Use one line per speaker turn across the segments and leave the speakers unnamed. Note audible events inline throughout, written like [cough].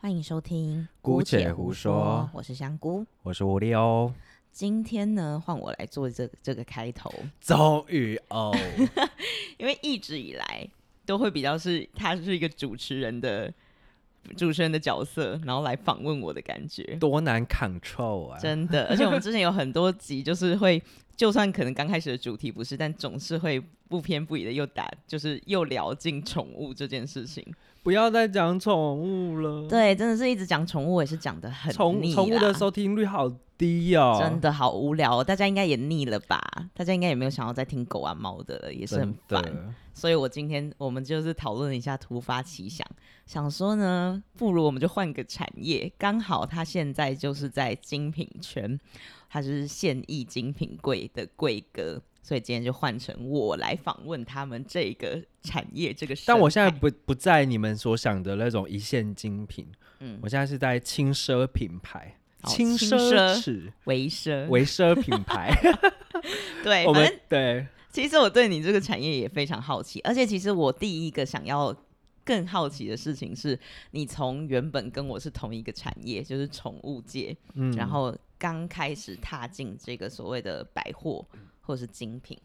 欢迎收听《
姑且胡说
我是香菇。
我是哦吴力欧，
今天呢，换我来做这这个开头，
终于哦，
因为一直以来都会比较是他是一个主持人的主持人的角色，然后来访问我的感觉。
多难 control 啊！
真的，而且我们之前有很多集，就是会，就算可能刚开始的主题不是，但总是会不偏不倚的又打，就是又聊进宠物这件事情。
不要再讲宠物了，
对，真的是一直讲宠物，我也是讲的很
嗯宠
腻
宠物
啦
的收听率好低哦，
真的好无聊、哦，大家应该也腻了吧？大家应该也没有想要再听狗啊猫的了，也是很
真的
烦。所以我今天我们就是讨论一下突发奇想，想说呢，不如我们就换个产业，刚好它现在就是在精品圈，它就是现役精品柜的柜哥。所以今天就换成我来访问他们这个产业这个生态。
但我现在不不在你们所想的那种一线精品，
嗯
我现在是在轻奢品牌，
好
轻
轻
奢
奢
侈
为生，
为奢品
[laughs]
牌，
对，
我
反正
们对
[laughs] 其实我对你这个产业也非常好奇，而且其实我第一个想要更好奇的事情是，你从原本跟我是同一个产业，就是宠物界，
嗯
然后刚开始踏进这个所谓的百货
嗯
或是精品，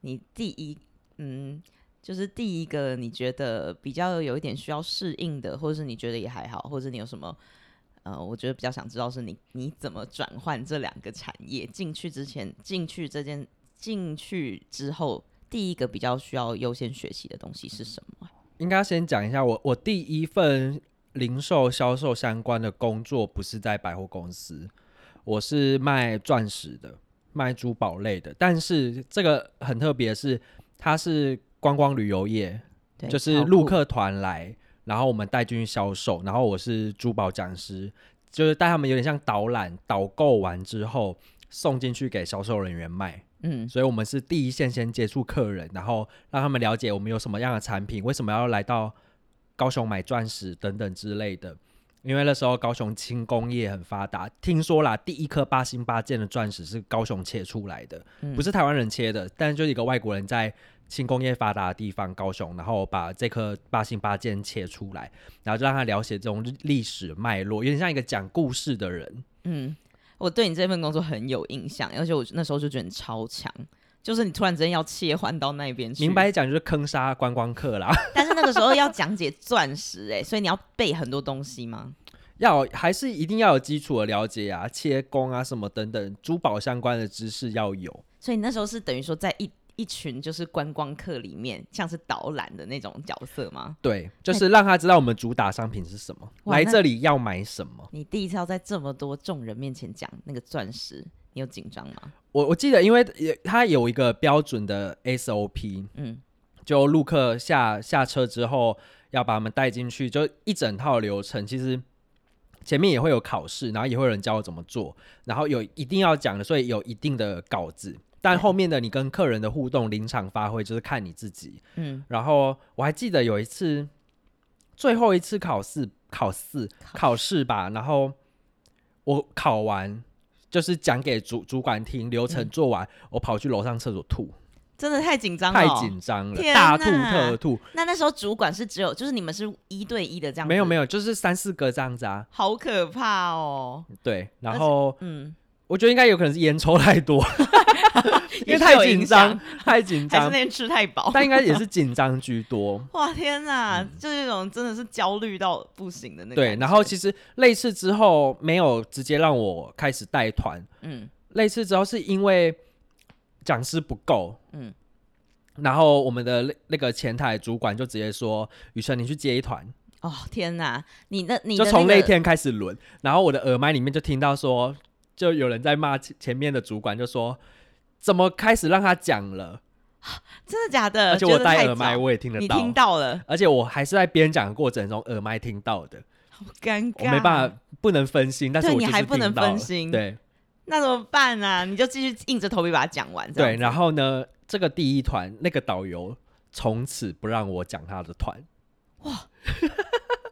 你第一嗯。就是第一个，你觉得比较有一点需要适应的，或者是你觉得也还好，或者是你有什么呃，我觉得比较想知道是你你怎么转换这两个产业进去之前，进去这件进去之后，第一个比较需要优先学习的东西是什么？
应该先讲一下我我第一份零售销售相关的工作不是在百货公司，我是卖钻石的，卖珠宝类的。但是这个很特别的是，它是观光旅游业，
对，
就是
超
陆
酷，
客团来，然后我们带进去销售，然后我是珠宝讲师，就是带他们有点像导览，导购完之后送进去给销售人员卖。
嗯，
所以我们是第一线先接触客人，然后让他们了解我们有什么样的产品，为什么要来到高雄买钻石等等之类的。因为那时候高雄轻工业很发达，听说啦，第一颗八星八件的钻石是高雄切出来的，
嗯
不是台湾人切的，但是就是一个外国人在轻工业发达的地方高雄，然后把这颗八星八件切出来，然后就让他了解这种历史脉络，有点像一个讲故事的人。
嗯，我对你这份工作很有印象，而且我那时候就觉得你超强，就是你突然之间要切换到那边去，
明？白讲就是坑杀观光客啦，
但是那个时候要讲解钻石、哎，所以你要背很多东西吗？
要还是一定要有基础的了解啊，切工啊什么等等，珠宝相关的知识要有。
所以你那时候是等于说在一一群就是观光客里面，像是导览的那种角色吗？
对，就是让他知道我们主打商品是什么，
哇
来
那
这里要买什么。
你第一次要在这么多众人面前讲那个钻石，你有紧张吗？
我我记得，因为也它有一个标准的 SOP，
嗯，
就陆客下下车之后要把他们带进去，就一整套流程。其实前面也会有考试，然后也会有人教我怎么做，然后有一定要讲的，所以有一定的稿子。但
对
后面的你跟客人的互动、临场发挥，就是看你自己。
嗯，
然后我还记得有一次，最后一次考试考试考试吧，然后我考完就是讲给主主管听，流
嗯
程做完，我跑去楼上厕所吐，
真的太紧张了
太
哦、
紧张了，
天
大吐
哪
特吐。
那那时候主管是只有，就是你们是一对一的这样，
没有没
有，
有，就是三四个这样子啊，
好可怕哦。
对。
而且
然后
嗯，
我觉得应该有可能是烟抽
[laughs]
太多，因
也是
为太
有
紧
影
张
响，
太紧
还是
张
那，天吃太饱。
但应该也是紧张居多。
哇天哪，就是那种真的是焦虑到不行 [laughs] 的那
嗯对，
感
然后
觉
其实类似之后没有直接让我开始带团，
嗯
类似之后是因为讲师不够，
嗯
嗯，然后我们的那那个前台主管就直接说：“雨辰，你去接一团。
哦天哪，你那你的
就从
那
那
个
天开始轮，然后我的耳麦里面就听到说，就有人在骂前前面的主管，就说。怎么开始让他讲了？
真的假的？
而且
觉
我
得呃太
戴
早
耳麦，我也听得
你
到，
听到了，
而且我还是在边讲的过程中耳麦听到的，
好尴
我
尬，
没办法，不能分心，但是
对
我
你
就是
还不
听
能
到
分
了
心
对，
那怎么办啊？你就继续硬着头皮把它讲完，这样
对，
子
然后呢，这个第一团那个导游从此不让我讲他的团，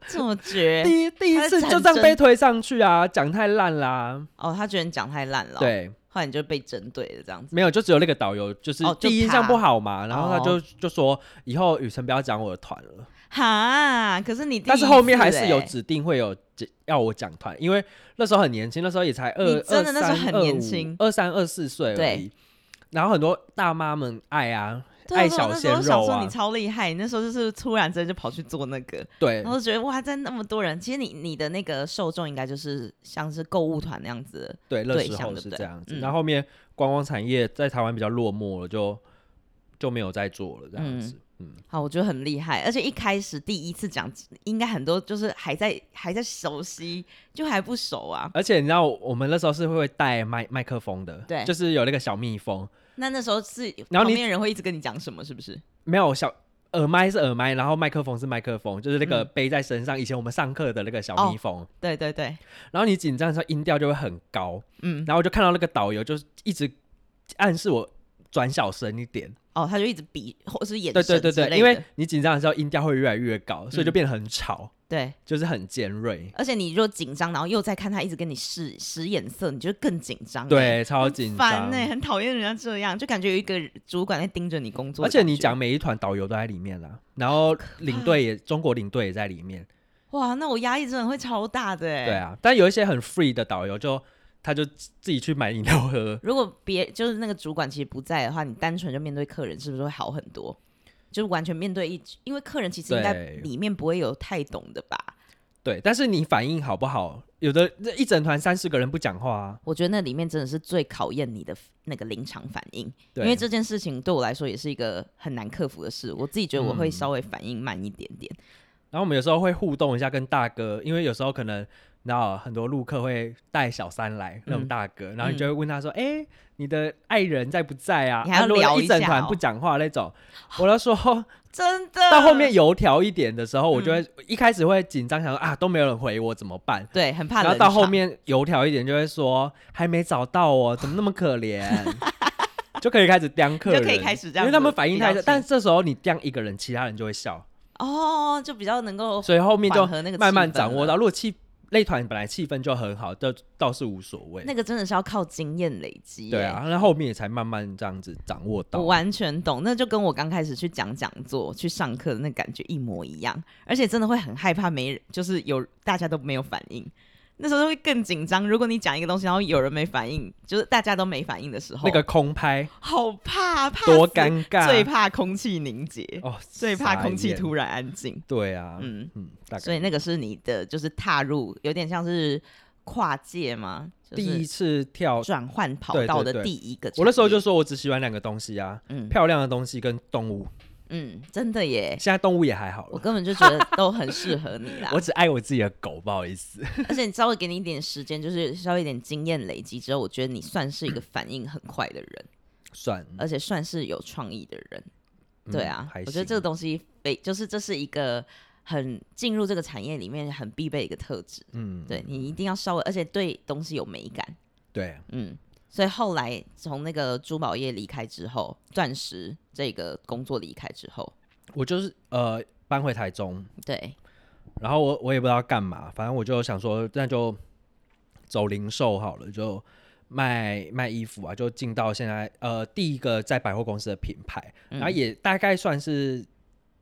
这么绝
第一第一
哎他是
次就
战
这样被
争
推上去啊，讲太烂啦、
哦，他觉得你讲太烂了，，哦
对，
后来你就被针对了这样子，
没有，就只有那个导游就是
哦就
第一印象
他
不好嘛，然后他
哦
就就说以后雨辰不要讲我的团了，
哈，可是你哦第一次欸、
但是后面还是有指定会有指要我讲团，因为那时候很年轻，那时候也才二
你真的那时候
23
很年轻
二三二四岁而已
对。
然后很多大妈们爱啊，
对
爱
我
小
那时
鲜
候想
肉
说
啊
你超厉害，你那时候就是突然之间就跑去做那个，
对
然后就觉得哇，在那么多人，其实你你的那个受众应该就是像是购物团那样子的，
对，那
对
时
象
候
对不
是
对
这样子。
嗯
然后后面观光产业在台湾比较落寞了，就就没有再做了这样子。嗯，
好，我觉得很厉害，而且一开始第一次讲，应该很多就是还在还在熟悉，就还不熟啊。
而且你知道我们那时候是会带麦麦克风的，
对
就是有那个小蜜蜂，
那那时候是
然后
旁
你
边人会一直跟你讲什么，是不是？
没有小耳麦是耳麦，然后麦克风是麦克风，就是那
嗯
个背在身上。以前我们上课的那个小
哦
蜜蜂，
对对对，
然后你紧张的时候音调就会很高，
嗯，
然后我就看到那个导游就是一直暗示我转小声一点，
哦，他就一直比或是眼
对
神
对对
之类
对，因为
的
你紧张的时候音调会越来越高，所以就
嗯
变得很吵，
对，
就是很尖锐，
而且你若紧张，然后又在看他一直跟你使使眼色，你就更紧张、欸，
对，超
很
紧
烦欸
张
呢、。很讨厌人家这样，就感觉有一个主管在盯着你工作
而
的感觉。
且你讲每一团导游都在里面啦，然后领队也中国领队也在里面，
哇，那我压力真的会超大的、欸，
对啊，但有一些很 free 的导游就他就自己去买饮料喝，
如果别就是那个主管其实不在的话，你单纯就面对客人，是不是会好很多？就是完全面对一，因为客人其实应该
对
里面不会有太懂的吧？
对，但是你反应好不好，有的那一整团三四个人不讲话啊，
我觉得那里面真的是最考验你的那个临场反应，因
对，
为这件事情对我来说也是一个很难克服的事。我自己觉得我会稍微反应慢一点点，
然后我们有时候会互动一下跟大哥，因为有时候可能你知道很多陆客会带小三来那种
嗯
大哥，然后你就会问他说：“哎、你的爱人在不在啊？”
你还要
啊如果
聊一
一整
下
团
哦
不讲话那种，我就说
真的。嗯
到后面油条一点的时候，我就会、一开始会紧张，想说啊都没有人回我怎么办？
对，很怕
然后
冷
到后
场
面油条一点就会说还没找到哦，怎么那么
[laughs]
可怜？就可以开始刁客
就
人，
可以开始这样
因为
子
他们反应太
比较
大，
轻
但这时候你刁一个人，其他人就会笑，
哦，就比较能够
所以后面就
缓和那个
慢慢
气氛啊
掌握
了
到。如果气那团本来气氛就很好，倒倒是无所谓。
那个真的是要靠经验累积耶。欸
对啊，那后面也才慢慢这样子掌握到
我。完全懂，那就跟我刚开始去讲讲座、去上课的那感觉一模一样，而且真的会很害怕没人，就是有大家都没有反应，那时候会更紧张。如果你讲一个东西，然后有人没反应，就是大家都没反应的时候，
那个空拍
好怕，怕
多
死
尴尬，
最怕空气凝结，
哦，
最怕空气
傻眼
突然安静。
对啊，嗯
嗯，
嗯，大概
所以那个是你的，就是踏入，有点像是跨界嘛，就
第一
是
次跳，
转换跑
对对
道
对
的第一个
我那时候
产业
就说我只喜欢两个东西啊，
嗯
漂亮的东西跟动物。
嗯，真的耶。
现在动物也还好
我
了，
根本就觉得都很适合你啦
[laughs] ，我只爱我自己的狗，不好意思。
而且你稍微给你一点时间，就是稍微一点经验累积之后，我觉得你算是一个反应很快的人，
算，
而且算是有创意的人。对
嗯
啊，
还
我觉得这个
行
东西非就是这是一个很进入这个产业里面很必备的一个特质。
嗯，
对你一定要稍微，而且对东西有美感。
对，
嗯，所以后来从那个珠宝业离开之后，钻石这个工作离开之后，
我就是呃搬回台中，
对，
然后我我也不知道干嘛，反正我就想说，那就走零售好了，就卖卖衣服啊，就进到现在呃第一个在百货公司的品牌，
嗯
然后也大概算是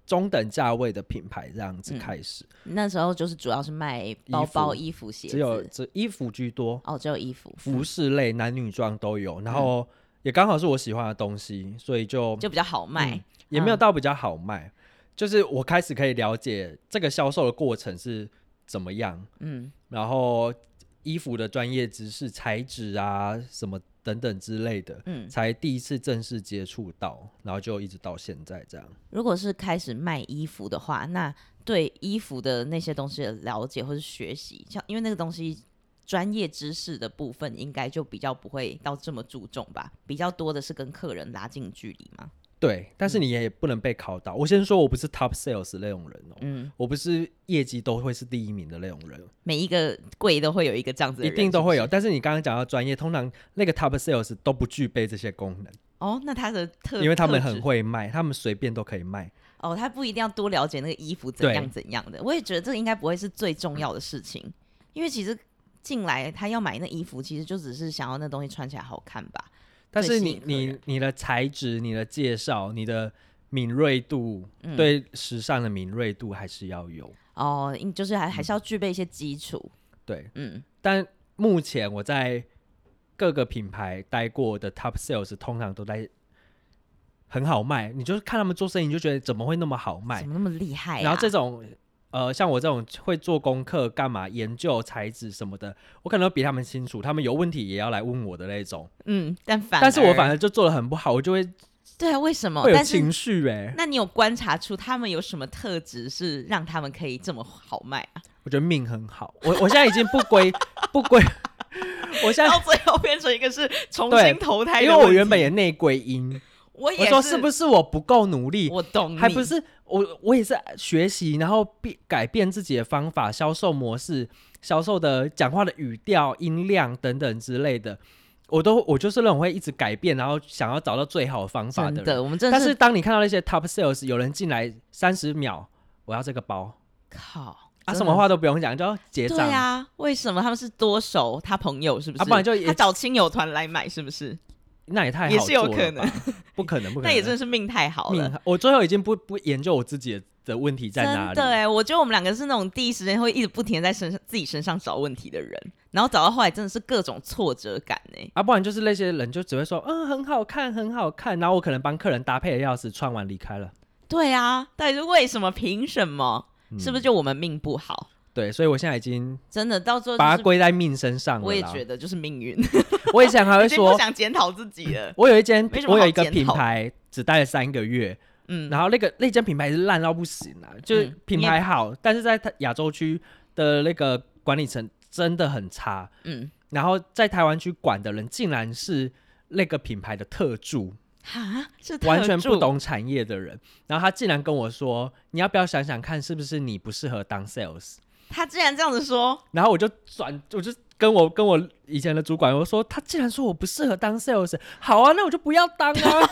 中等价位的品牌这样子
嗯
开始，
那时候就是主要是卖包包、
衣
衣服、鞋子，
只有只衣服居多，
哦，只有衣服，
服饰类男女装都有，然后也刚好是我喜欢的东西，所以就
就比较好卖。
嗯也没有
嗯
到比较好卖，就是我开始可以了解这个销售的过程是怎么样。
嗯
然后衣服的专业知识、材质啊什么等等之类的，
嗯，
才第一次正式接触到，然后就一直到现在这样。
如果是开始卖衣服的话，那对衣服的那些东西的了解或是学习，像因为那个东西专业知识的部分，应该就比较不会到这么注重吧，比较多的是跟客人拉近距离嘛。
对，但是
嗯
你也不能被考倒。我先说，我不是 top sales 那种人哦、
嗯，
我不是业绩都会是第一名的那种人，
每一个柜都会有一个这样子的
一
人，
定都会有。
是不
但是你刚刚讲到专业，通常那个 top sales 都不具备这些功能，
是哦。那他的特，
因为他们
特质
很会卖，他们随便都可以卖。
哦，他不一定要多了解那个衣服怎样
对
怎样的。我也觉得这个应该不会是最重要的事情，因为其实进来他要买那衣服，其实就只是想要那东西穿起来好看吧。
但
最
是
吸
你
引客
你
人
你的材质、你的介绍、你的敏锐度，
嗯
对时尚的敏锐度还是要有。
哦，应就是还
嗯
还是要具备一些基础，
对，
嗯，
但目前我在各个品牌待过的 top sales 通常都在很好卖，你就是看他们做生意，你就觉得怎么会那么好卖
怎？么那么厉害、啊？
然后这种呃，像我这种会做功课、干嘛研究材质什么的，我可能比他们清楚，他们有问题也要来问我的那种。
嗯，但反
但是我反
而
而就做的很不好，我就会
对啊，为什么？
会有
但是
情绪哎、
那你有观察出他们有什么特质是让他们可以这么好
[laughs]
卖啊？
我觉得命很好，我我现在已经不归不归，
[laughs]
我现在
到最后变成一个是重
对
新投胎的
因为我
问
原
题
本也内归
[laughs]
因，
我
我
也
说是不
是？
是我不够努力？
我懂你，
还不是我，我也是学习，然后变改变自己的方法、销售模式、销售的讲话的语调、音量等等之类的，我都我就是那种会一直改变，然后想要找到最好的方法
真
的人。
的，我们真的
但是当你看到那些 top sales 有人进来三十秒，我要这个包
靠
啊，
真
什么
的
话都不用讲，就要结
对
账。
啊，为什么他们是多熟？他朋友是不是？
啊不然就也
他找亲友团来买，是不是？
那也太好
也是有
做
可
了吧，不可能，不可
[laughs]
能，
那也真的是命太好了
命。我最后已经不不研究我自己的的问题在
真
哪里，
的哎，我觉得我们两个是那种第一时间会一直不停的在身上自己身上找问题的人，然后找到后来真的是各种挫折感哎。
啊，不然就是那些人就只会说，嗯，很好看，很好看，然后我可能帮客人搭配的钥匙穿完离开了，
对啊，到底是为什么？凭什么？
嗯
是不是就我们命不好？
对，所以我现在已经
真的到最后
把
就
它
是，
归在命身上了。
我也觉，得就是命
[laughs]
运，已
我以前还会
经不 [laughs]
说，
想检讨自己了。
我有一间
没什，么
我有
好
一个
检
品
讨
牌只待了三个月，
嗯，
然后那个那间品牌是烂到不行啊，就是
嗯
品
你也
牌好，但是在它亚洲区的那个管理层真的很差，
嗯，
然后在台湾区管的人竟然是那个品牌的特助，
哈，是特
[laughs] 完全不
助。
懂产业的人，然后他竟然跟我说：“你要不要想想看，是不是你不适合当 sales？”
他竟然这样子说，
然后我就转，我就跟我跟我以前的主管我说：“他竟然说我不适合当 sales，好啊，那我就不要当啊。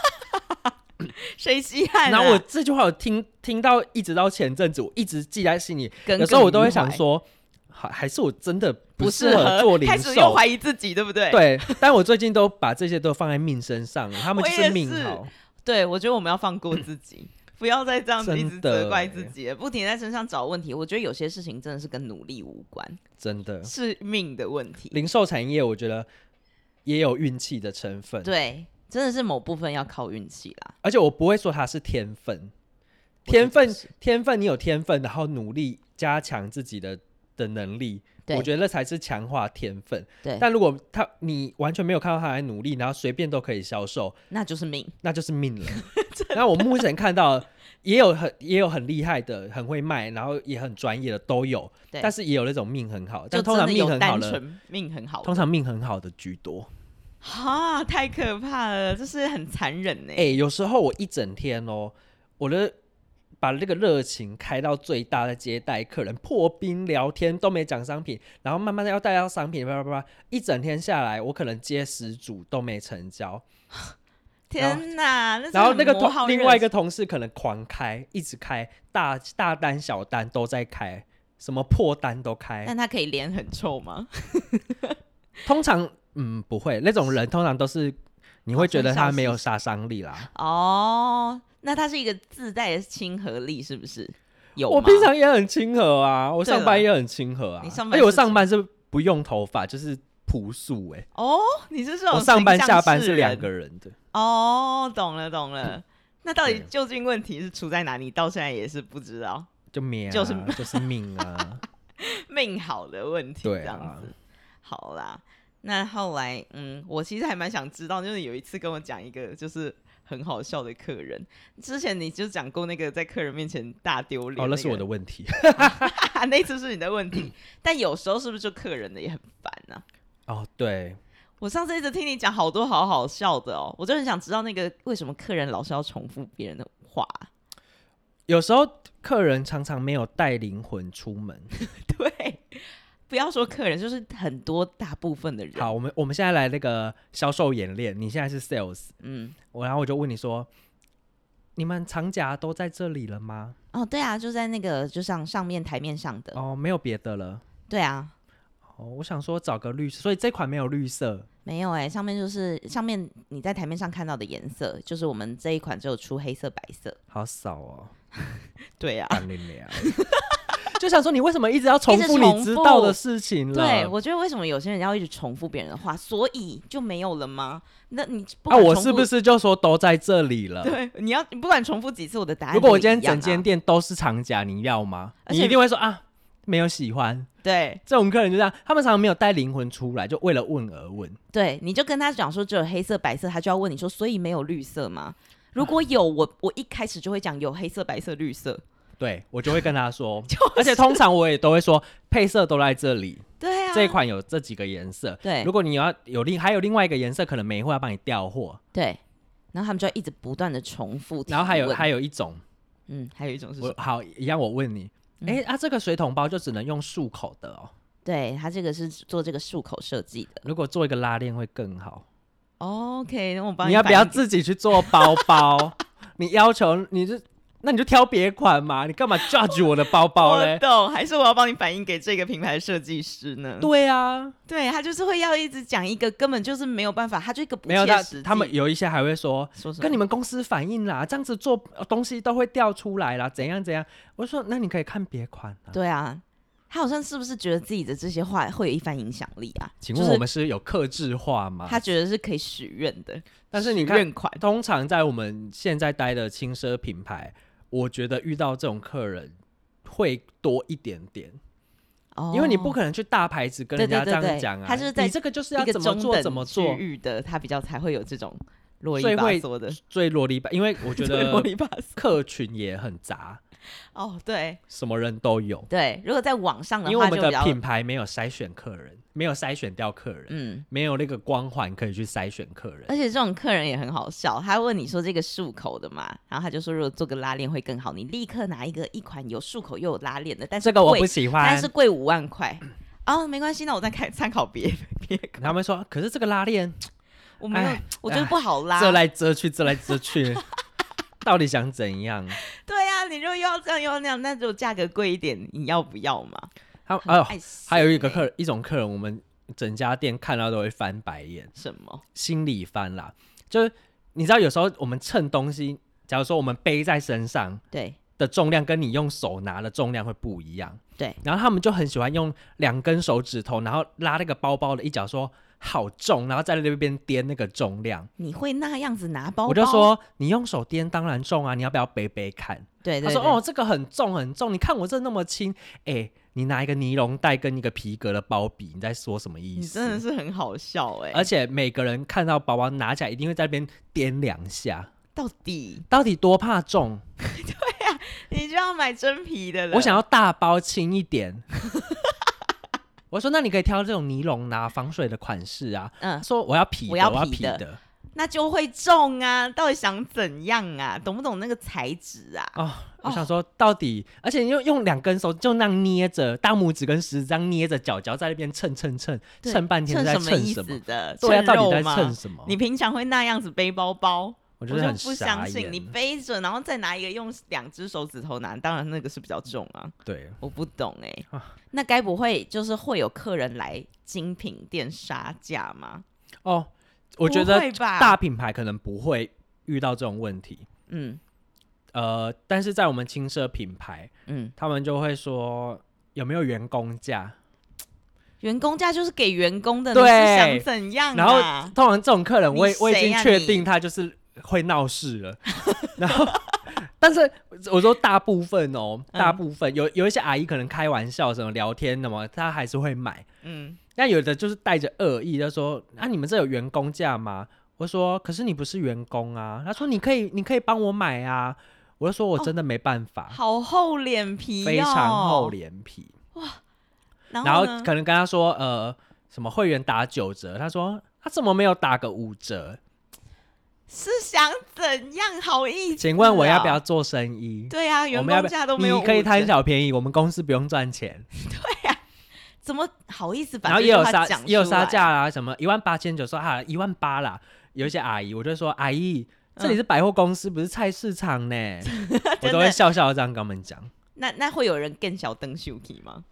谁稀”罕啊？
然后我这句话我听听到一直到前阵子，我一直记在心里。
耿耿
有时候我都会
于怀
想说，还还是我真的
不
适
适合
合做零
开始又
售。
怀疑自己，对不对？，
对，但我最近都把这些都放在命身上了，他们就
我也
命
是
好。
对我觉得我们要放过自
[laughs]
己，不要再这样子一直
真的
责怪自己了，不停地在身上找问题。我觉得有些事情真的是跟努力无关，
真的，
是命的问题。
零售产业我觉得也有运气的成分。
对，真的是某部分要靠运气啦。
而且我不会说它是天分，
我觉得
天分
是
天分你有天分，然后努力加强自己的的能力，
对
我觉得那才是强化天分。
对，
但如果他你完全没有看到他在努力，然后随便都可以销售，
那就是命。
那就是
[laughs]
命了。那我目前看到也有很也有很厉害的，很会卖，然后也很专业的都有，
对
但是也有那种命很好，
就
但通
真
常
的
命
有
很好
单
的，
纯命很好的，
通常命很好的居多。
哈太可怕了，这是很残忍呢、
哎、有时候我一整天哦，我的把那个热情开到最大，在接待客人、破冰、聊天都没讲商品，然后慢慢的要带到商品，叭叭叭，一整天下来，我可能接十组都没成交。
天哪！那
然后那个
同
同另外一个同事可能狂开，一直开，大大单、小单都在开，什么破单都开。
但他可以脸很臭吗？
通常嗯不会，那种人通常都是你会觉得他没有杀伤力啦。
哦，那他是一个自带的亲和力，是不是？有
我
吗
平常也很亲和啊，我
对
上班
啦
也很亲和啊。
你上班
而且我
是
上班是不用头发，就是朴素哎、
哦，你是这种
我上班
形象
下班
示
是两
人
个人的，
哦，懂了懂
[laughs]
了。那到底
对
究竟问题是出在哪里？到现在也是不知
[laughs]
道，
就命、啊，
就是
就是命啊。
命好的问题
对
这
啊
样子。好啦，那后来嗯，我其实还蛮想知道，就是有一次跟我讲一个就是很好笑的客人，之前你就讲过那个在客人面前大丢脸、
哦，那是我的
的，
问题
那次是你的问
[laughs]
题，但有时候是不是就客人的也很烦啊呢、
哦，对，
我上次一直听你讲好多好好笑的哦，我就很想知道那个为什么客人老是要重复别人的话。 [laughs]
有时候客人常常没有带灵魂出门。
对，不要说客人，就是很多大部分的人。
好，我们我们现在来那个销售演练，你现在是 sales，
嗯，
我然后我就问你说，你们长夹都在这里了吗？
哦，对啊，就在那个就上上面台面上的。
哦，没有别的了。
对啊，
哦，我想说找个绿色，所以这款没有绿色。
没有哎、上面就是上面你在台面上看到的颜色，就是我们这一款只有出黑色、白色。
好少哦，
对啊，
干你娘！ [laughs] 就想说你为什么一直要重
一直
复
重
你知道
复
的事情了？
对，我觉得为什么有些人要一直重复别人的话，所以就没有了吗？那你不
啊，
管
我
重
是
复
不是就说都在这里了？
对，你要你不管重复几次，我的答案
如果
都
我今天
一样
整间
啊
店都是长甲，你要吗？
而
你
且
一定会说啊，没有喜欢。
对
这种客人就这样，他们常常没有带灵魂出来，就为了问而问。
对，你就跟他讲说只有黑色白色，他就要问你说，所以没有绿色吗？如果
嗯
有，我我一开始就会讲有黑色、白色、绿色。
对我就会跟
[laughs]
他说，而且通常我也都会说配色都在这里，
对啊，
这一款有这几个颜色。
对
如果你要有另还有另外一个颜色，可能每一会要帮你调货。
对，然后他们就要一直不断的重复提问。
然后还有还有一种，
嗯，还有一种是什
我
么？
好一样，我问你，
嗯
哎、啊，这个水桶包就只能用漱口的哦。
对他这个是做这个漱口设计的。
如果做一个拉链会更好。
OK，那我帮
你要
翻
不要
译
自己去做包包？ [laughs] 你要求你就那你就挑别款嘛，你干嘛 judge 我的包包
我
嘞？
懂，还是我要帮你反映给这个品牌设计师呢？
对啊，
对，他就是会要一直讲一个根本就是没有办法，他就一个不
没有他
切实际。
他们有一些还会说。
说什么？
跟你们公司反映啦，这样子做呃东西都会掉出来啦，怎样怎样？我就说那你可以看别款啊。
对啊，他好像是不是觉得自己的这些话会有一番影响力啊？
请问
就是
我们是有克制化吗？
他觉得是可以许愿的，
[laughs] 但是你
许
看
愿款
通常在我们现在待的轻奢品牌，我觉得遇到这种客人会多一点点。
哦
因为你不可能去大牌子跟人家这
对对对
样讲啊，
对他就是在
你这个就是要
一个
怎么
中
做
等
怎么
区
做，
域的，他比较才会有这种啰
所
里
以
吧
会
嗦的，
最啰里吧，因为我
[laughs]
觉
对啰
得
里吧嗦。
客群也很杂，
哦，对
什么人都有，
对，如果在网上的
因为我
话
们
就
的
比较
品牌没有筛选客人，没有筛选掉客人，
嗯。
没有那个光环可以去筛选客人
而。且这种客人也很好笑，他问你说这个漱口的嘛，然后他就说如果做个拉链会更好，你立刻拿一个一款有漱口又有拉链的，但是
这个我
贵
不喜欢
但是。贵五万块。哦，没关系，那我再看参考别别款
他们说，可是这个拉链
我没有
哎，
我觉得不好拉。
遮来遮去，遮来遮去， [laughs] 到底想怎样？
对呀、你如果又要这样又要那样，那就价格贵一点，你要不要嘛？
他
很
哎呦，
爱心
还有一个
欸
客人，一种客人，我们整家店看到都会翻白眼。
什么？
心里翻啦。就是你知道，有时候我们称东西，假如说我们背在身上
对
的重量跟你用手拿的重量会不一样。
对，
然后他们就很喜欢用两根手指头，然后拉那个包包的一角，说好重，然后在那边掂那个重量。
你会那样子拿包包？
我就，说你用手掂当然重啊，你要不要背背看？
对对
他
对
说哦，这个很重很重，你看我这那么轻，哎、你拿一个尼龙袋跟一个皮革的包比，你在说什么意
你
思？
真的是很好笑哎、
而且每个人看到包包拿起来，一定会在那边掂两下，
到底
到底多怕重？
你就要买真皮的了？
我想要大包轻一点。 [laughs] 我说那你可以挑这种尼龙啊、防水的款式啊。他
嗯，
说我要皮的，
我
我
要
要
皮
皮
的
的。哦
那就会中啊！到底想怎样啊？懂不懂那个材质啊？
哦，我
哦
想说到底，而且用用两根手就那样捏着，大拇指跟食指这样捏着脚脚在那边称称称，
对
称半天
称
是在
什么
称
意
什
思
么？
的？
对啊，
称
到底
肉
在
吗
称什么？
你平常会那样子背包包？
我觉
我
得
就
很
不
傻
相
眼
信，你。背着，然后再拿一个用两只手指头拿，当然那个是比较重啊，
对，
我不懂哎、
[laughs] 啊
那该不会就是会有客人来精品店杀价吗？
哦，我觉
不
得
会吧，
大品牌可能不会遇到这种问题。
嗯
呃，但是在我们轻奢品牌，
嗯，
他们就会说有没有员工价，
员工价就是给员工的，你
对
是想怎样、啊？
然后通常这种客人我也，
你
我已
谁
经
呀
确
你
定他就是会闹事了。 [laughs] 然后，但是我说大部分哦，
嗯
大部分、有有一些阿姨可能开玩笑什么聊天的嘛，她还是会买。
嗯，
但有的就是带着恶意，就说：“啊，你们这有员工价吗？”我说：“可是你不是员工啊。”她说：“你可以，你可以帮我买啊。”我就说：“我真的没办法，
好厚脸皮、哦，
啊非常厚。脸皮。”
然
然后
后呢？
可能跟他说，呃，什么会员打九折，他说他怎么没有打个五折？
是想怎样？好意思、哦
请问我要不要？做生意？
对啊，
我
员
们要
工
不要
价都没有五
你
折，
可以贪小便宜，我们公司不用赚钱。
怎么好意思把
然后
这
也
句
有
话讲
杀
出来？
也有杀价啦，什么一万八千九，说啊一万八啦。有一些阿姨，我就说阿姨，这
嗯
里是百货公司，不是菜市场
[laughs]
呢。我都会笑笑地这样跟他们讲。
那那会有人更小灯秀体吗？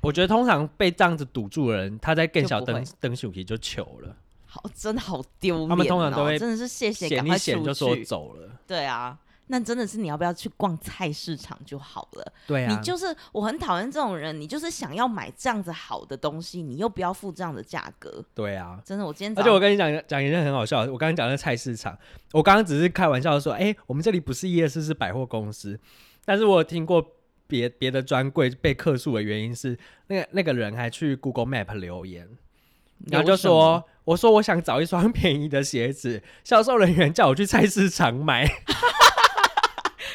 我觉得通常被这样子堵住的人，他在更小
就不会
灯灯秀皮就糗了，
好，真的好丢脸哦、
他们通常都会
真的是谢谢，赶
显
快
一显
出
就说
去。
走了。
对啊，那真的是你要不要去逛菜市场就好了。
对啊，
你就是我很讨厌这种人，你就是想要买这样子好的东西，你又不要付这样的价格。
对啊，
真的，我今天早
而且我跟你讲讲一件很好笑的，我刚刚讲的菜市场，我刚刚只是开玩笑说，哎、我们这里不是夜市，是百货公司。但是我有听过别别的专柜被客诉的原因是，那个那个人还去 Google Map 留言，然后就
有什么 [laughs]
说，我说我想找一双 [laughs] 便宜的鞋子，销售人员叫我去菜市场买，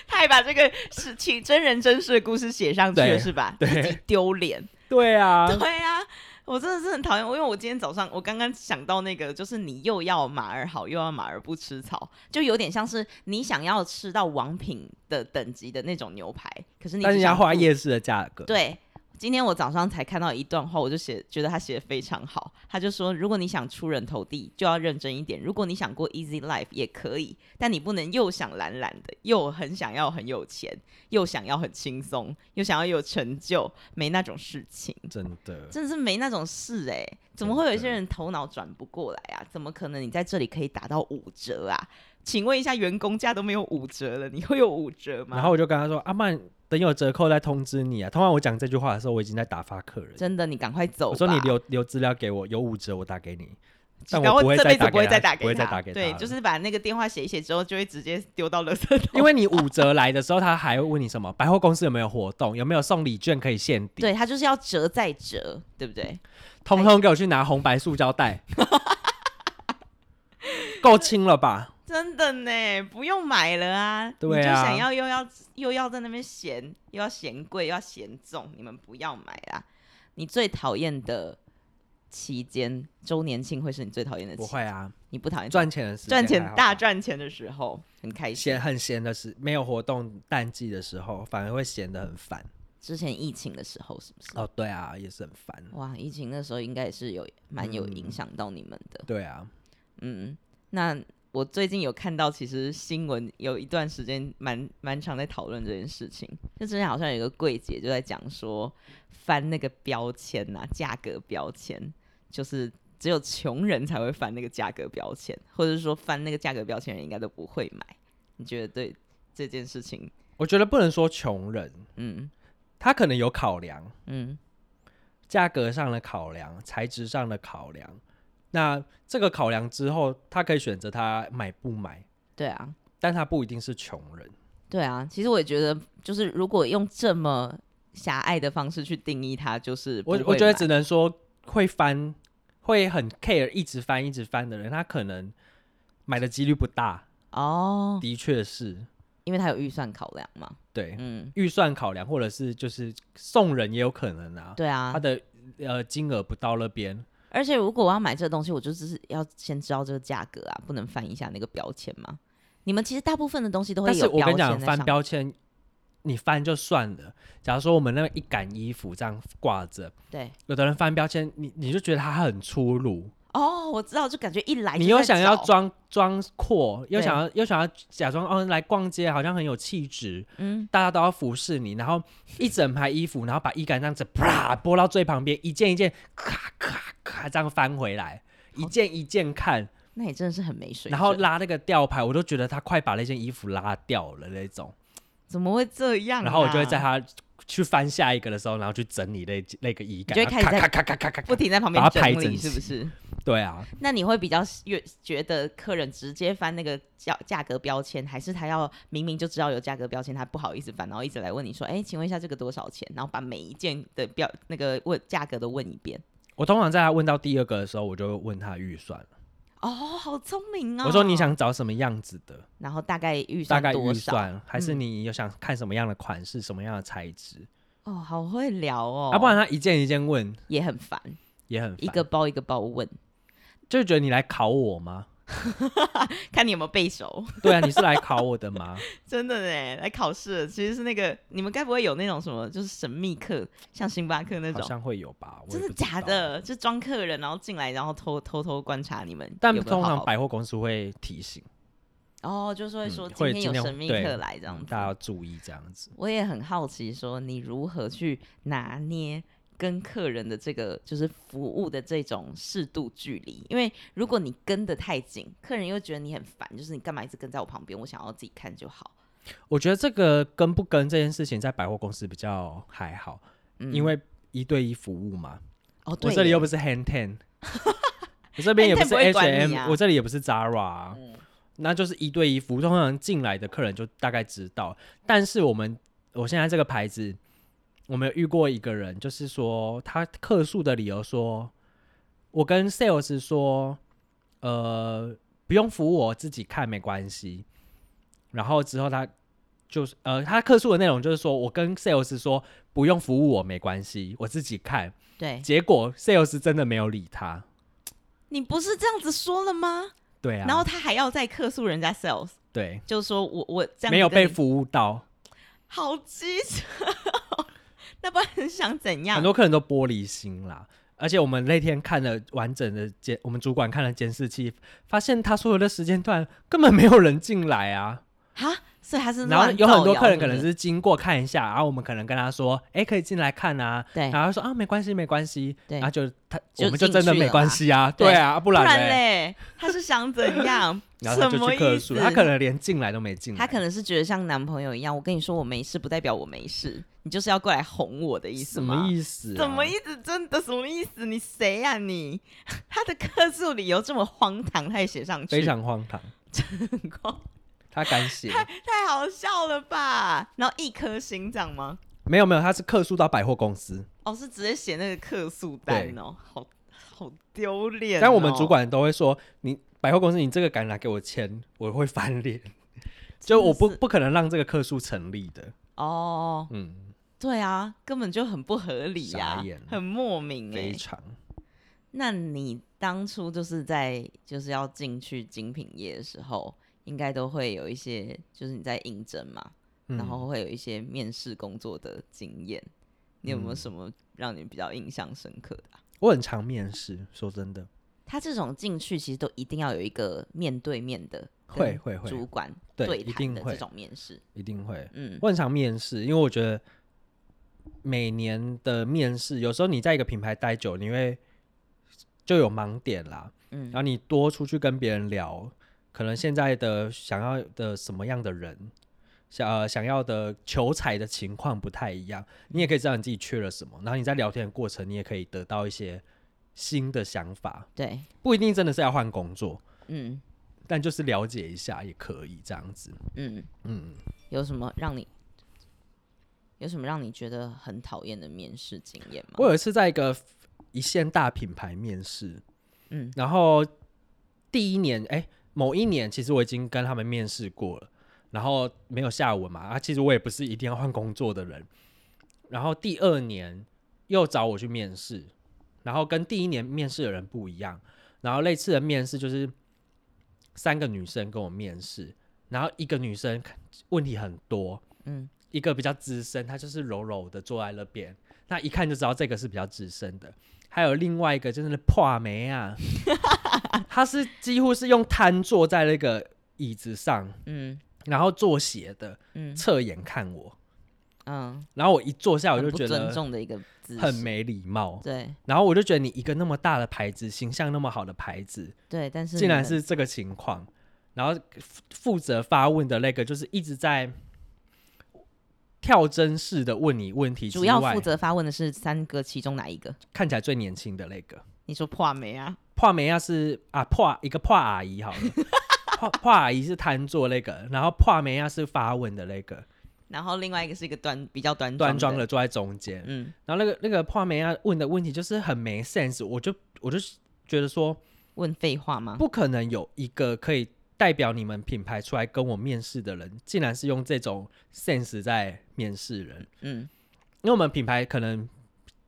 他还把这个事情真人真事的故事写上去
对
了，是吧？
对
自己丢脸。
对 [laughs] 啊，
对啊，我真的是很讨厌，因为我今天早上我刚刚想到那个，就是你又要马儿好，又要马儿不吃草，就有点像是你想要吃到王品的等级的那种牛排，可是你
但是
只
你
想
要花
付
夜市的价格，
对。今天我早上才看到一段话，我就写觉得他写的非常好。他就说，如果你想出人头地，就要认真一点；如果你想过 easy life 也可以，但你不能又想懒懒的，又很想要很有钱，又想要很轻松，又想要有成就，没那种事情。
真的，
真的是没那种事哎、怎么会有一些人头脑转不过来啊？怎么可能你在这里可以打到五折啊？请问一下，员工价都没有五折了，你会有五折吗？
然后我就跟他说，阿、曼，等有折扣再通知你啊。通常我讲这句话的时候，我已经在打发客人了。
真的，你赶快走吧。
我说你留留资料给我，有五折我打给你，但
然
我
后
不会
这
再
辈子
打
不会
给
再
他，
打给
不会再打给他了。
对，就是把那个电话写一写之后，就会直接丢到垃圾桶。
因为你五折来的时候，他还会问你什么百货公司有没有活动，有没有送礼券可以限定，
对他就是要折再折，对不对？
通通给我去拿红白塑
[laughs]
胶袋，够轻
[laughs]
了吧？
真的呢，不用买了啊！
对啊
你就想要又要又要在那边嫌，又要嫌贵，又要嫌重，你们不要买啦！你最讨厌的期间，周年庆会是你最讨厌的期，
不会啊，
你不讨厌
赚钱的时间
哎赚
还
钱
好
大赚钱的时候很开心
闲。很闲的时，没有活动淡季的时候，反而会闲得很烦。
之前疫情的时候是不是？
哦，对啊，也是很烦。
哇，疫情那时候应该也是有蛮有
嗯
影响到你们的。
对啊，
嗯，那我最近有看到，其实新闻有一段时间蛮蛮常在讨论这件事情。就之前好像有一个柜姐就在讲说，翻那个标签呐、价格标签，就是只有穷人才会翻那个价格标签，或者是说翻那个价格标签人应该都不会买。你觉得对这件事情，
我觉得不能说穷人，
嗯
他可能有考量，
嗯，
价格上的考量、材质上的考量。那这个考量之后，他可以选择他买不买，
对啊，
但他不一定是穷人。
对啊，其实我也觉得，就是如果用这么狭隘的方式去定义它，就是不
我
会
我觉得
买
只能说会翻，会很 care 一直翻一直翻的人，他可能买的几率不大，
哦，
的确是
因为它有预算考量嘛。
对
嗯，
预算考量，或者是就是送人也有可能啊，
对啊
他，的呃金额不到那边，
而且如果我要买这个东西，我就只是要先知道这个价格啊，不能翻一下那个标签吗？你们其实大部分的东西都会
但是
有
我
标
跟
签在
你讲，
上
翻标签，你翻就算了。假如说我们那一杆衣服这样挂着，
对
有的人翻标签，你你就觉得他很粗鲁，
哦，我知道，就感觉一来就
你又
在
想要
找，
装装阔，又
对
想要又想要假装哦来逛街好像很有气质，
嗯，
大家都要服侍你，然后一整排衣服，然后把衣杆这样子啪拨到最旁边，一件一件咔咔咔这样翻回来。一件一件看，
那也真的是很没水准。
然后拉那个吊牌，我都觉得他快把那件衣服拉掉了那种。
怎么会这样、啊
然后我就会在。他去翻下一个的时候，然后去整理那那个仪感，
你就会
然后
开始
咔咔咔咔咔咔
不
咔，
停在旁
把
边
它排
整理，
整
是不
齐
是？
对啊，
那你会比较越觉得客人直接翻那个价价格标签，还是他要明明就知道有价格标签，他不好意思翻，然后一直来问你说：“哎，请问一下这个多少钱？”然后把每一件的标那个问价格都问一遍。
我通常在他问到第二个的时候，我就问他预算，
哦，好聪明哦！
我说你，想找什么样子的，
然后大概预
大
算
概预
多少？嗯
算，还是你有想看什么样的款式，什么样的材质，
哦，好会聊哦，
啊，不然他一件一件问
也很烦，
也很烦
一个包一个包问，
就觉得你来考
[laughs]
我吗？
看你有没有背熟。
对啊，你是来考我的吗？
[laughs] 真的呢，来考试了其实是那个，你们该不会有那种什么，就是神秘客，像星巴克那
好
种，
像会有吧，我也
真的
不知道
假？的？就装客人，然后进来，然后偷偷偷观察你们。
但
有没有
通
好
常
好
百货公司会提醒，
哦，就是会说
嗯会
今天有
尽量
神秘
对
客来这样
嗯
子
大。家要注意这样子。
我也很好奇，说你如何去拿捏跟客人的这个就是服务的这种适度距离，因为如果你跟得太紧，客人又觉得你很烦，就是你干嘛一直跟在我旁边，我想要自己看就好。
我觉得这个跟不跟这件事情在百货公司比较还好，
嗯
因为一对一服务嘛。
哦，对
我
耶，
这里又不是
[laughs]
Hand Ten，我这边也
Hand Ten
是
不会
H
管
M，、
你啊
我这里也不是 Zara，、啊
嗯
那就是一对一服务，通常进来的客人就大概知道。但是我们我现在这个牌子，我们有遇过一个人，就是说他客诉的理由说，我跟 Sales 说，呃，不用服务我自己看没关系。然后之后他就是呃，他客诉的内容就是说我跟 Sales 说不用服务我没关系，我自己看。
对
结果 sales 真的没有理他。
你不是这样子说了吗？
对啊，
然后他还要再客诉人家 sales，
对，
就说我我这样子
没有
跟
被
你
服务到，
好机车哦，那不然想怎
很
样？
多客人都玻璃心啦。而且我们那天看了完整的监，我们主管看了监视器，发现他所有的时间段根本没有人进来啊。
哈，所以他是
然后
乱
有很
造
多
谣
客人
是
可
不
能是经过看一下，然后我们可能跟他说：“哎，可以进来看啊。”
对
然后他说：“啊，没关系，没关系。”
对
然后就他
就
我们就
进
真的
去
没
了
关
啦
系啊，
对
对啊，不
不
然
然
嘞，
嘞，他是想怎样？
[laughs] 然后他
什
就
么
去客
意
诉，
思？
他可能连进来都没进来，
他可能是觉得像男朋友一样，我跟你说我没事，不代表我没事，你就是要过来哄我的意思
什
吗？
么意思、啊？
什么意思？真的什么意思？你谁呀、你？ [laughs] 他的客诉理由这么荒唐，他也写上去，
非常荒唐，他敢写。
[laughs] 太好笑了吧？然后一颗星这样吗？
没有没有，他是客诉到百货公司，
哦，是直接写那个客诉单哦，好好丢脸、哦。
但我们主管都会说，你百货公司你这个敢拿给我签，我会翻脸，就我不
真的是
不可能让这个客诉成立的。
哦，
嗯，
对啊，根本就很不合理呀、
傻眼
很莫名哎、
非常。
那你当初就是在就是要进去精品业的时候，应该都会有一些，就是你在应征嘛，
嗯
然后会有一些面试工作的经验。你有没有
嗯
什么让你比较印象深刻的啊、
我很常面试，说真的，
他这种进去其实都一定要有一个面对面的，
会会会
主管
对一
谈
定
的
会
这种面试，
一定会。
嗯，
我很常面试，因为我觉得每年的面试，有时候你在一个品牌待久，你会就有盲点啦。
嗯
然后你多出去跟别人聊，可能现在的想要的什么样的人，想、呃、想要的求财的情况不太一样，你也可以知道你自己缺了什么。然后你在聊天的过程，你也可以得到一些新的想法，
对，
不一定真的是要换工作，
嗯
但就是了解一下也可以这样子。
嗯，
嗯，
有什么让你有什么让你觉得很讨厌的面试经验吗？
我有一次在一个一线大品牌面试，
嗯
然后第一年，哎、某一年其实我已经跟他们面试过了，然后没有下文嘛，啊，其实我也不是一定要换工作的人。然后第二年又找我去面试，然后跟第一年面试的人不一样，然后类似的面试就是三个女生跟我面试，然后一个女生问题很多，
嗯，
一个比较资深，她就是柔柔的坐在那边，那一看就知道这个是比较资深的。还有另外一个就是那破梅啊， [laughs] 她是几乎是用瘫坐在那个椅子上，
嗯
然后做斜的，
嗯
侧眼看我，
嗯，
然后我一坐下我就
很不
觉
尊
得
重的一个姿势，
很没礼貌，
对
然后我就觉得你一个那么大的牌子，形象那么好的牌子，
对，但是
竟
你
然
们
是这个情况。然后负负责发问的那个就是一直在跳针式的问你问题之
主要
外
负，责发问的是三个，其中哪一个？
看起来最年轻的那个
你说破没啊？
破梅亚是啊破一个破阿姨好了，破破阿姨是瘫坐那个，然后破梅亚是发问的那个，
然后另外一个是一个端比较端
端庄
庄
的，坐在中间。
嗯
然后那个那个破梅亚问的问题就是很没 sense，我就我就觉得说。
问废话吗？
不可能有一个可以代表你们品牌出来跟我面试的人，竟然是用这种 sense 在面试人，
嗯
因为我们品牌可能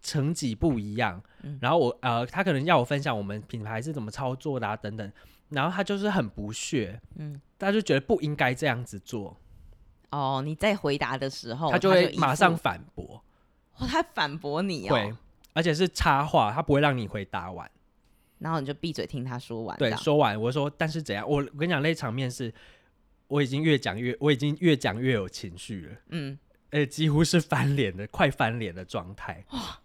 层级不一样，
嗯
然后我呃，他可能要我分享我们品牌是怎么操作的啊等等，然后他就是很不屑，
嗯，
他就觉得不应该这样子做，
哦，你在回答的时候，
他就
哦就
会
一
马
副
上，反驳，
哦，他反驳你
会
哦，。
而且是插话，他不会让你回答完。
然后你就闭嘴听他说完，啊这
对，
样
说完我说，但是怎样？我我跟你讲，那场面试，我已经越讲越，我已经越讲越有情绪了。
嗯，
呃，几乎是翻脸的，快翻脸的状态。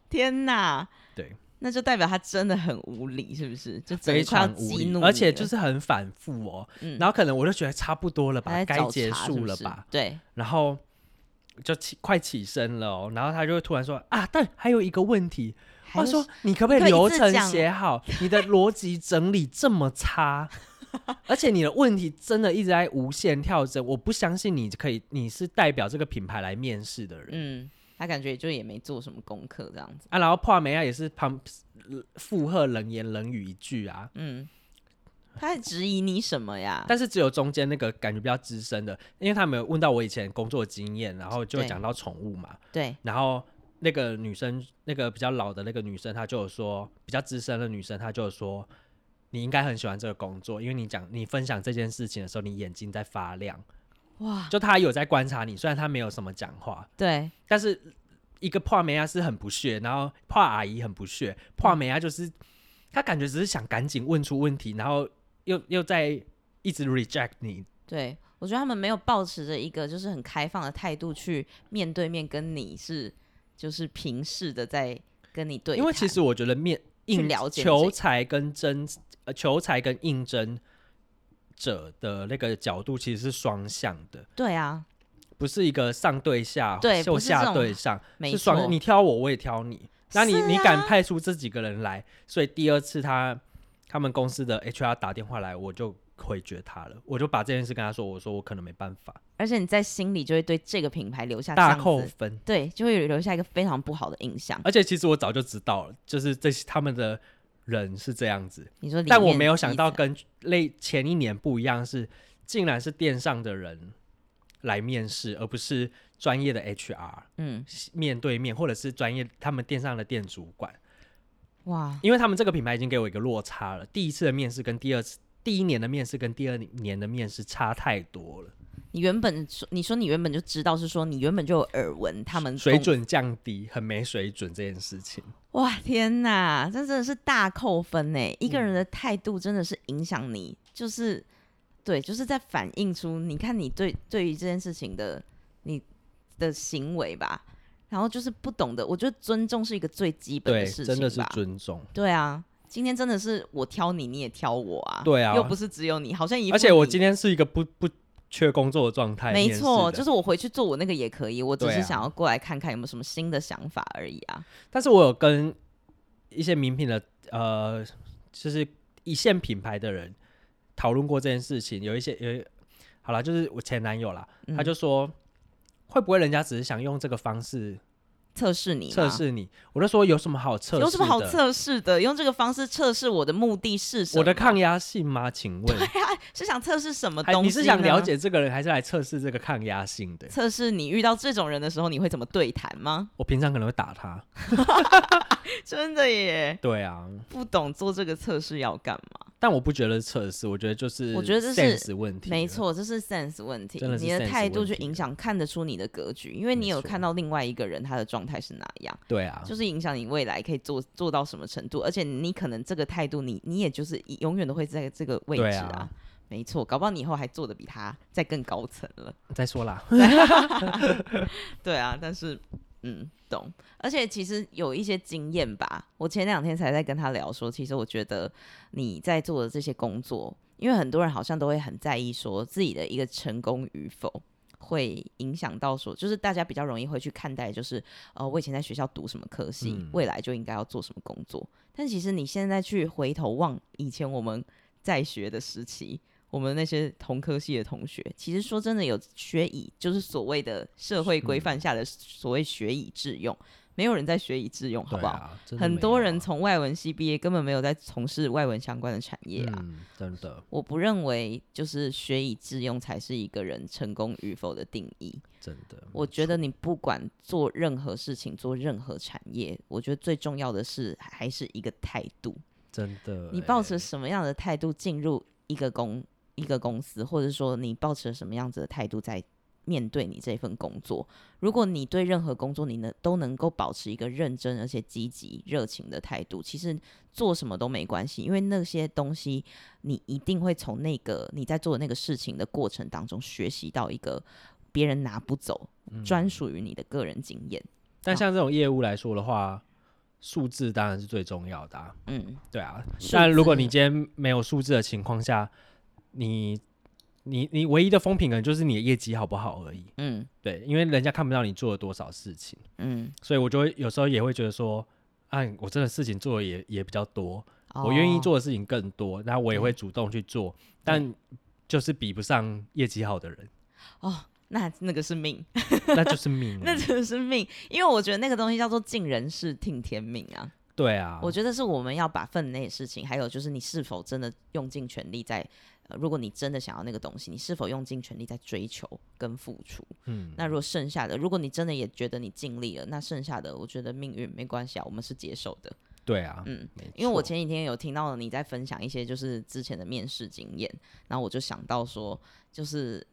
天哪，
对，
那就代表他真的很无理，是不是？就整
非
个快要
常无
激
理
怒，你
而且
了
就是很反复哦。
嗯
然后可能我就觉得差不多了
他
吧，
在
该
找
结
茬是
束
不
了
是
吧，
对，
然后就起快起身了、哦，然后他就会突然说啊，但还有一个问题，
还
他
是
说你可不可以
可以一
流
次
程
讲
写好？你的逻辑整理这么差，而且你的问题真的一直在无限跳针，我不相信你可以，你是代表这个品牌来面试的人、
嗯，他感觉就也没做什么功课这样子，
啊。然后帕梅亚也是旁附和冷言冷语一句啊，
嗯，他还质疑你什么呀？
但是只有中间那个感觉比较资深的，因为他们有问到我以前工作经验，然后就
对
讲到宠物嘛，
对，
然后那个女生，那个比较老的那个女生，她就有说，比较资深的女生，她就有说，你应该很喜欢这个工作，因为你讲你分享这件事情的时候，你眼睛在发亮，
哇，
就她有在观察你，虽然她没有什么讲话，
对，
但是一个帕梅亚是很不屑，然后帕阿姨很不屑，帕梅亚就是她感觉只是想赶紧问出问题，然后又又在一直 reject 你，
对，我觉得他们没有抱持着一个就是很开放的态度去面对面跟你是就是平视的在跟你对谈，
因为其实我觉得面
去
应
了解这
求
个
财跟争呃求财跟应征者的那个角度其实是双向的，
对啊，
不是一个上对下，
对
就
不是这
下
种
对上，
没
是双
错，
你挑我，我也挑你。那你、
是
你敢
啊
派出这几个人来，所以第二次他他们公司的 HR 打电话来，我就回绝他了，我就把这件事跟他说，我说我可能没办法，
而且你在心里就会对这个品牌留啊下这
大
样
扣
子，
分。
对，就会留下一个非常不好的印象。
而且其实我早就知道了，就是这些他们的人是这样子，
你说里面的意思，
但我没有想到跟类前一年不一样是，竟然是电上的人来面试，而不是专业的 HR
嗯，
面对面，或者是专业他们电上的店主管，
哇，
因为他们这个品牌已经给我一个落差了，第一次的面试跟第二次。第一年的面试跟第二年的面试差太多了，
你原本说，你说你原本就知道是说你原本就有耳闻他们
水
公
准降低，很没水准这件事情。
哇，天哪，这真的是大扣分呢！一个人
嗯
的态度真的是影响你，就是对，就是在反映出你看你对对于这件事情的你的行为吧，然后就是不懂得，我觉得尊重是一个最基本
对，
的事情吧。
真的是尊重。
对啊，今天真的是我挑你，你也挑我啊。
对啊
又不是只有你，好像一副
而且我
你
今天是一个不不缺工作的状态，
没
面试
错，
的
就是我回去做我那个也可以，我只
对啊
是想要过来看看有没有什么新的想法而已啊。
但是我有跟一些名品的呃，就是一线品牌的人讨论过这件事情，有一些有一好啦，就是我前男友啦，
嗯
他就说。会不会人家只是想用这个方式
测试你吗，
测试你？我就说有什么好测试的？
有什么好？测试的？用这个方式测试我的目的是什么？
我的抗压性吗？
[laughs]
请问，
是想测试什么
还
东西？
你是想了？解这个人，还是来测试这个抗压性的？
测试你遇到这种人的时候，你会怎么对谈吗？ [laughs]
我平常可能会打他。
真的耶，
对啊，
不懂做这个测试要干嘛？
但我不觉得测试，我觉得就是
我觉得这是
sense 问题了，
没错，这是 sense 问题
真的，是
你的
sense
态度
问
去
题
影响，看得出你的格局，因为你
没
有
错
看到另外一个人他的状态是哪样，
对啊，
就是影响你未来可以做做到什么程度，而且你可能这个态度你，你也就是永远都会在这个位
对
置
啊
啊没错，搞不好你以后还做的比他在更高层了。
再说啦，
对啊，但是嗯，懂。而且其实有一些经验吧，我前两天才在跟他聊说，其实我觉得你在做的这些工作，因为很多人好像都会很在意说自己的一个成功与否。会影响到说，就是大家比较容易会去看待，就是呃，我以前在学校读什么科系，
嗯
未来就应该要做什么工作。但其实你现在去回头望以前我们在学的时期，我们那些同科系的同学，其实说真的，有学以就是所谓的社会规范下的所谓学以致用，没有人在学以致 [laughs] 用，好不好？
对啊？
很多人
从
从外文系毕业，根本没有在从事外文相关的产业啊。
嗯，真的
我不认为就是学以致用才是一个人成功与否的定义。
真的，
我觉得你不管做任何事情，做任何产业，我觉得最重要的是还是一个态度。
真的欸，
你哦抱持什么样的态度进入一个公一个公司，或者说你抱持什么样子的态度在面对你这份工作？如果你对任何工作你能都能够保持一个认真而且积极热情的态度，其实做什么都没关系，因为那些东西你一定会从那个你在做的那个事情的过程当中学习到一个别人
嗯
拿不走专属于你的个人经验。
但像这种业务来说的话，数字当然是最重要的、啊，
嗯，
对啊。
数
但如果
字
你今天没有数字的情况下，你你你唯一的风评可能就是你的业绩好不好而已，
嗯
对，因为人家看不到你做了多少事情，
嗯，
所以我就会有时候也会觉得说，哎、我真的事情做的也也比较多，
哦
我愿意，做的事情更多，然后我也会主动去做，但就是比不上业绩好的人，
那那个是命，
那就是命
[laughs] 那
啊。
真的是命，因为我觉得那个东西叫做尽人事听天命啊。
对啊，
我觉得是我们要把分内的事情，还有就是你是否真的用尽全力在，呃，如果你真的想要那个东西，你是否用尽全力在追求跟付出？
嗯，
那如果剩下的，如果你真的也觉得你尽力了，那剩下的我觉得命运没关系啊，我们是接受的。
对啊，
嗯
没
因为我
错
前几天有听到你在分享一些就是之前的面试经验，然后我就想到说，就是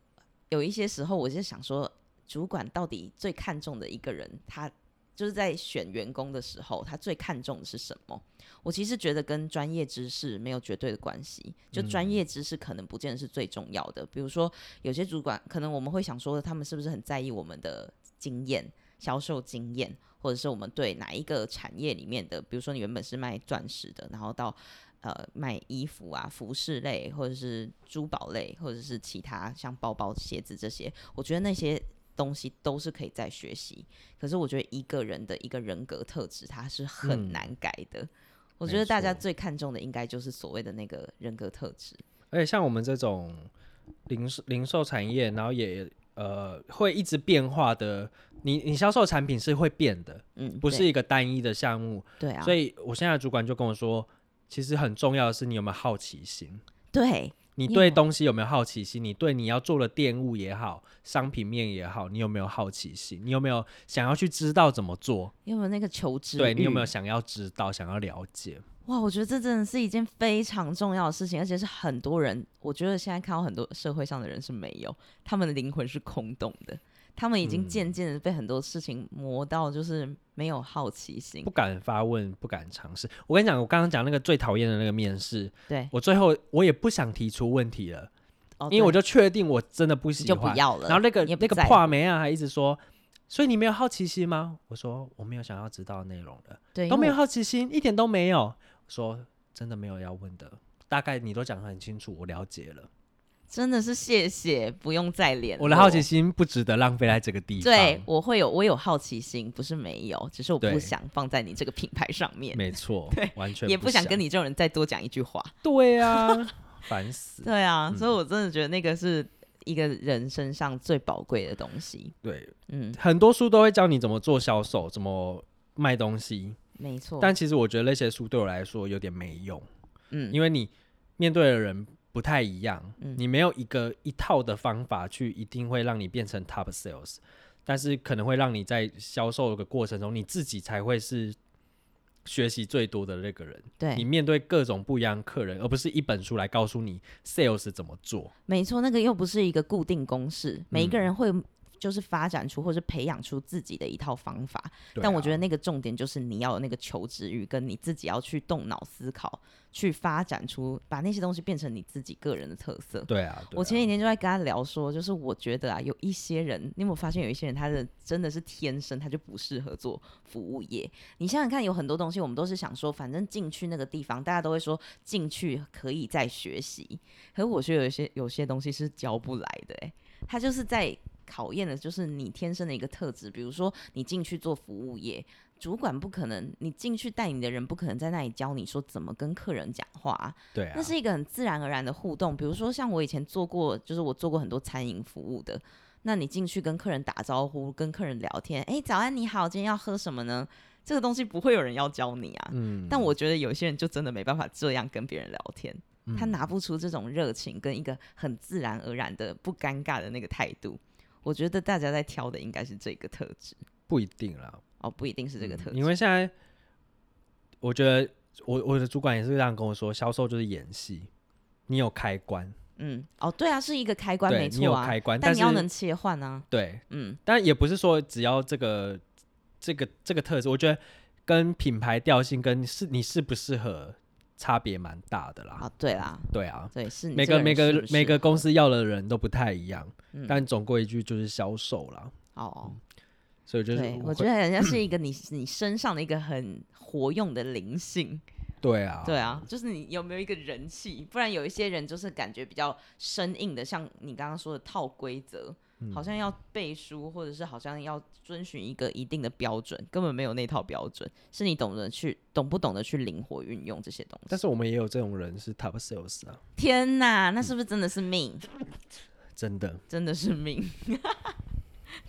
有一些时候我就想说，主管到底最看重的一个人，他就是在选员工的时候，他最看重的是什么？我其实觉得跟专业知识没有绝对的关系，就专
嗯
业知识可能不见得是最重要的。比如说，有些主管可能我们会想说，他们是不是很在意我们的经验、销售经验，或者是我们对哪一个产业里面的，比如说你原本是卖钻石的，然后到呃卖衣服啊、服饰类，或者是珠宝类，或者是其他像包包、鞋子这些，我觉得那些。东西都是可以再学习，可是我觉得一个人的一个人格特质，它是很
嗯
难改的。我
没
觉得大家
错
最看重的应该就是所谓的那个人格特质。
而且像我们这种零售零售产业，然后也呃会一直变化的，你你销售产品是会变的，
嗯，
不
对
是一个单一的项目，
对啊，
所以我现在的主管就跟我说，其实很重要的是你有没有好奇心。
对
你
你
对
有
东西有没有好奇心？你对你要做的店务也好，商品面也好，你有没有好奇心？你有没有想要去知道怎么做？
你有没有那个求知欲？
对你有没有想要知道、想要了解？
哇，我觉得这真的是一件非常重要的事情，而且是很多人，我觉得现在看到很多社会上的人是没有，他们的灵魂是空洞的，他们已经渐渐的被很多事情磨到，就是没有好奇心
不。敢发问，不敢尝试。我跟你讲，我刚刚讲那个最讨厌的那个面试，
对，
我最后我也不想提出问题了，
哦
因为我
对
就确定我真的不
你
喜
就不
欢。
要了。
然后那个
你也
那
不
个
在
画
乎
眉啊，还一直说，所以你没有好奇心吗？我说我没有想要知道内容的。
对
都
因为
没有
我
好奇心，一点都没有。说真的没有要问的，大概你都讲得很清楚，我了解了。
真的是谢谢，不用再联络。
我的好奇心不值得浪费在这个地方。
对，，我会有，我有好奇心，不是没有，只是我不
对
想放在你这个品牌上面，
没错，完全
也
不
想跟
你。
你这种人再多讲一句话。
对
[laughs]
啊，烦死。
对啊，所以我真的觉得那个是一个人身上最宝贵的东西。
对，
嗯，
很多书都会教你怎么做销售，怎么卖东西，
没错。
但其实我觉得那些书对我来说有点没用，
嗯，
因为你面对的人。不太一样，
嗯
你没有一个一套的方法去一定会让你变成 top sales，但是可能会让你在销售的过程中，你自己才会是学习最多的那个人。你
对，
面对各种不一样的客人，而不是一本书来告诉你 sales 怎么做。
没错，那个又不是一个固定公式，每一个人会就是发展出或是培养出自己的一套方法。
对
但我
啊
觉得那个重点就是你要有那个求知欲，跟你自己要去动脑思考，去发展出把那些东西变成你自己个人的特色。
对啊，对啊
我前几天就在跟他聊说，就是我觉得啊，有一些人，你有没有发现有一些人，他的真的是天生他就不适合做服务业。你想想看，有很多东西我们都是想说，反正进去那个地方，大家都会说进去可以再学习。可是我觉得有一些有些东西是教不来的、欸，他就是在考验的就是你天生的一个特质。比如说你进去做服务业，主管不可能，你进去带你的人不可能在那里教你说怎么跟客人讲话啊、
对啊，
那是一个很自然而然的互动。比如说，像我以前做过，就是我做过很多餐饮服务的。那你进去跟客人打招呼，跟客人聊天，诶，早安，你好，今天要喝什么呢？这个东西不会有人要教你啊。
嗯，
但我觉得有些人就真的没办法这样跟别人聊天，他
嗯
拿不出这种热情跟一个很自然而然的不尴尬的那个态度。我觉得大家在挑的应该是这个特质
不一定啦，
哦，不一定是这个
嗯
特质。
因为现在我觉得我我的主管也是这样跟我说，销售就是演戏，你有开关，
嗯，哦，对啊，是一个开关，
对
没
你有
错啊，
开关，
但
但
你
是
要能切换啊。
对，
嗯，
但也不是说只要这个这个这个特质，我觉得跟品牌调性跟是你适不适合差别蛮大的啦。
啊，对啦，
对啊，
对，是你
每
这
个
人
每
适
个
不适
每个
合
公司要的人都不太一样，
嗯
但总归一句就是销售啦。
哦，
所以嗯就是
对，
我
我觉
会
得很像是一个你你身上的一个很活用的灵性。
对啊，
对啊，就是你有没有一个人气？不然有一些人就是感觉比较生硬的，像你刚刚说的套规则，好
嗯
像要背书，或者是好像要遵循一个一定的标准，根本没有那套标准。是你懂得去懂不懂得去灵活运用这些东西
但？是我们也有这种人是 top sales 啊，
天哪，那是不是真的是命？
真的。
真的是命。 [laughs]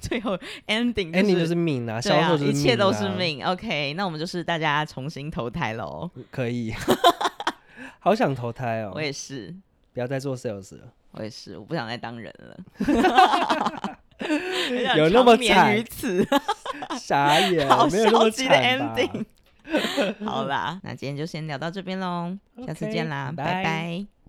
最后 ending 就
ending
是
就是命啊，
对
销
啊
售，就
一
是
切都
啊
是。命。OK，那我们就是大家重新投胎喽。
可
[laughs]
以，好想投胎哦
我！也是，
不要再做 sales 了，
我也是，我不想再当人了。 [laughs]
有那么
长眠于
惨？
此，
傻眼，
好
没有那
消
么
极的
惨
[laughs]
吧
ending。好啦，那今天就先聊到这边喽，下次见啦，
OK，
拜
拜
拜